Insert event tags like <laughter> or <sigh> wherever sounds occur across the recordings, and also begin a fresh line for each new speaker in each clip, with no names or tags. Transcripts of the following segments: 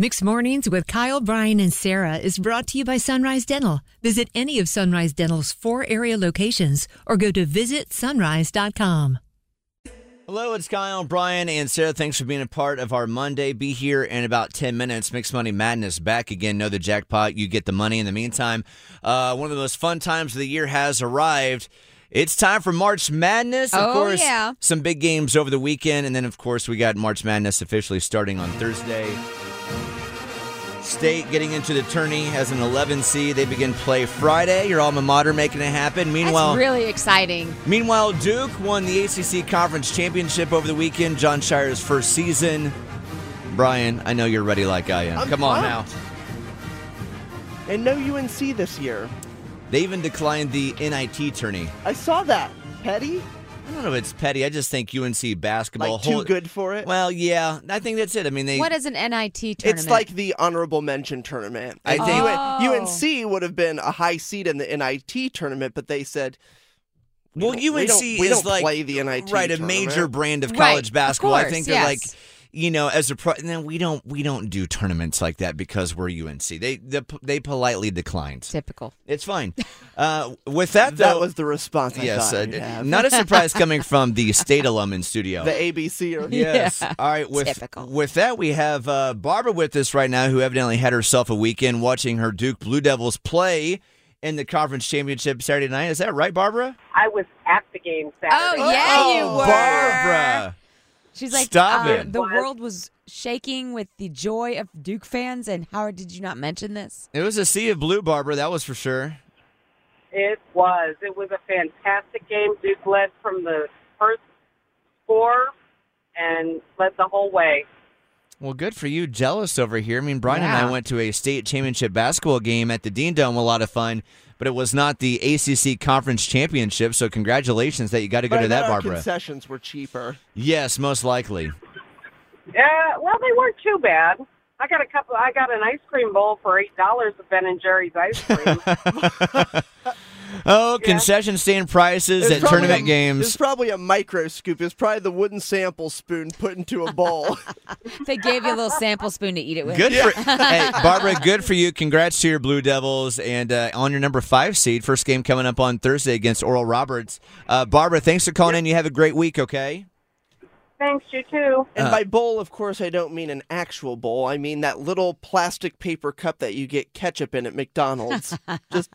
Mixed Mornings with Kyle, Brian, and Sarah is brought to you by Sunrise Dental. Visit any of Sunrise Dental's four area locations or go to visitsunrise.com.
Hello, it's Kyle, Brian, and Sarah. Thanks for being a part of our Monday. Be here in about 10 minutes. Mixed Money Madness back again. Know the jackpot. You get the money. In the meantime, uh, one of the most fun times of the year has arrived. It's time for March Madness. Of
Oh,
course,
yeah.
some big games over the weekend. And then, of course, we got March Madness officially starting on Thursday. State getting into the tourney as an 11 seed. They begin play Friday. Your alma mater making it happen.
That's
Meanwhile,
really exciting.
Meanwhile, Duke won the ACC Conference Championship over the weekend, John Shire's first season. Brian, I know you're ready like I am.
I'm
Come on
pumped.
now.
And no UNC this year.
They even declined the NIT tourney.
I saw that. Petty?
I don't know if it's petty. I just think UNC basketball.
Like, too good for it?
Well, yeah. I think that's it. I mean, they.
What is an NIT tournament?
It's like the honorable mention tournament.
I
And
think-
UN- UNC would have been a high seed in the NIT tournament, but they said
well,
don't-
UNC
we don't- we
is
don't
like
play the NIT
right a
tournament.
major brand of
Right,
college
of
basketball. I
course,
think they're
yes.
like. You know, as a pro, no, we don't we don't do tournaments like that because we're UNC. They the, they politely declined.
typical.
It's fine. Uh, with that, though,
that was the response I
Yes,
thought
uh,
I'd have.
not a surprise <laughs> coming from the state alum in studio.
the ABC or
yes.
Yeah.
All right. With
Typical.
with that, we have uh, Barbara with us right now, who evidently had herself a weekend watching her Duke Blue Devils play in the conference championship Saturday night. Is that right, Barbara?
I was at the game Saturday.
Oh, yeah. you
Oh,
were.
Barbara.
She's like,
Stop
uh,
it.
the world was shaking with the joy of Duke fans. And Howard, did you not mention this?
It was a sea of blue, Barbara. That was for sure.
It was. It was a fantastic game. Duke led from the first score and led the whole way.
Well, good for you. Jealous over here. I mean, Brian and I
Yeah.
went to a state championship basketball game at the Dean Dome. A lot of fun, but it was not the ACC conference championship. So, congratulations that you got to go
But I
to that,
bet our
Barbara.
concessions were cheaper.
Yes, most likely.
Yeah, well, they weren't too bad. I got a couple. I got an ice cream bowl for eight dollars of Ben and Jerry's ice
<laughs>
cream.
Oh, concession stand prices
It was
at
probably
tournament
a- It was
games.
probably a micro scoop. It was probably the wooden sample spoon put into a <laughs> bowl.
They gave you a little sample spoon to eat it with.
Good for
<laughs>
hey, Barbara. Good for you. Congrats to your Blue Devils and uh, on your number five seed. First game coming up on Thursday against Oral Roberts. Uh, Barbara, thanks for calling in. You have a great week. Okay.
Thanks, you too.
Uh,
And by bowl, of course, I don't mean an actual bowl. I mean that little plastic paper cup that you get ketchup in at
<laughs>
McDonald's. Just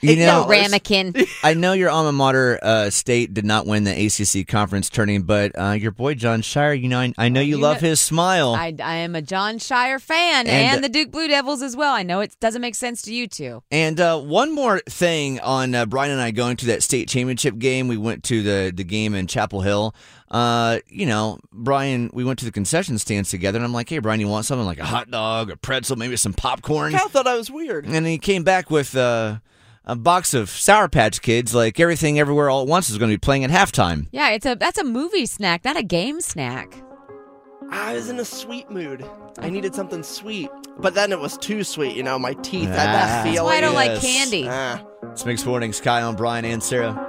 You
No,
know, <laughs>
ramekin.
I know your alma mater, uh, State, did not win the ACC conference tourney, but uh, your boy John Shire, you know, I, I know you,
Oh, You
love
know-
his smile.
I, I am a John Shire fan and,
And- uh,
the Duke Blue Devils as well. I know it doesn't make sense to you two.
and uh, one more thing on uh, Brian and I going to that state championship game. We went to the the game in Chapel Hill. Uh, you know, Brian, we went to the concession stands together, and I'm like, "Hey, Brian, you want something like a hot dog, a pretzel, maybe some popcorn?"
Cal thought I was weird.
And he came back with uh, a box of Sour Patch Kids. Like everything, everywhere, all at once is going to be playing at halftime.
Yeah, it's a that's a movie snack, not a game snack.
I was in a sweet mood. I needed something sweet, but then it was too sweet. You know, my teeth had
Ah.
that
That's
feeling.
That's why I don't like
Yes.
candy.
Ah.
It's mixed mornings, Kyle, Brian, and Sarah.